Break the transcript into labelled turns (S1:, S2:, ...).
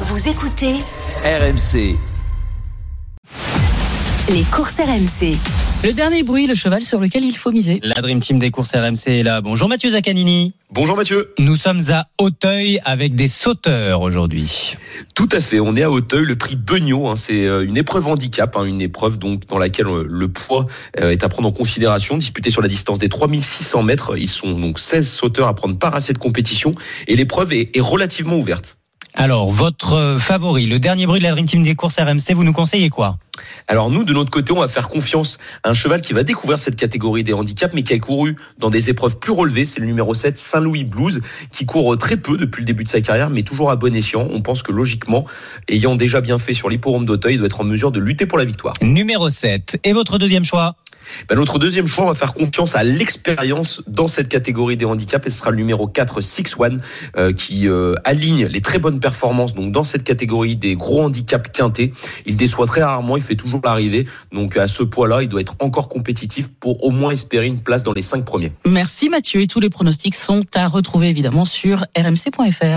S1: Vous écoutez
S2: RMC.
S1: les courses RMC.
S3: Le dernier bruit, le cheval sur lequel il faut miser.
S4: La Dream Team des courses RMC est là. Bonjour Mathieu Zaccanini.
S5: Bonjour Mathieu.
S4: Nous sommes à Auteuil avec des sauteurs aujourd'hui.
S5: Tout à fait, on est à Auteuil, le prix Beugnot, hein, c'est euh, une épreuve handicap, hein, une épreuve donc dans laquelle euh, le poids euh, est à prendre en considération, disputée sur la distance des 3600 mètres. Ils sont donc 16 sauteurs à prendre part à cette compétition et l'épreuve est, est relativement ouverte.
S4: Alors, votre euh, favori, le dernier bruit de la Dream Team des courses RMC, vous nous conseillez quoi
S5: Alors nous, de notre côté, on va faire confiance à un cheval qui va découvrir cette catégorie des handicaps, mais qui a couru dans des épreuves plus relevées, c'est le numéro 7, Saint-Louis Blues, qui court euh, très peu depuis le début de sa carrière, mais toujours à bon escient. On pense que logiquement, ayant déjà bien fait sur l'hipporome d'Auteuil, il doit être en mesure de lutter pour la victoire.
S4: Numéro 7. Et votre deuxième choix
S5: Ben, notre deuxième choix, on va faire confiance à l'expérience dans cette catégorie des handicaps et ce sera le numéro 4, Six One, euh, qui euh, aligne les très bonnes performances donc dans cette catégorie des gros handicaps quintés. Il déçoit très rarement, il fait toujours l'arrivée. Donc à ce poids-là, il doit être encore compétitif pour au moins espérer une place dans les cinq premiers.
S3: Merci Mathieu et tous les pronostics sont à retrouver évidemment sur rmc.fr.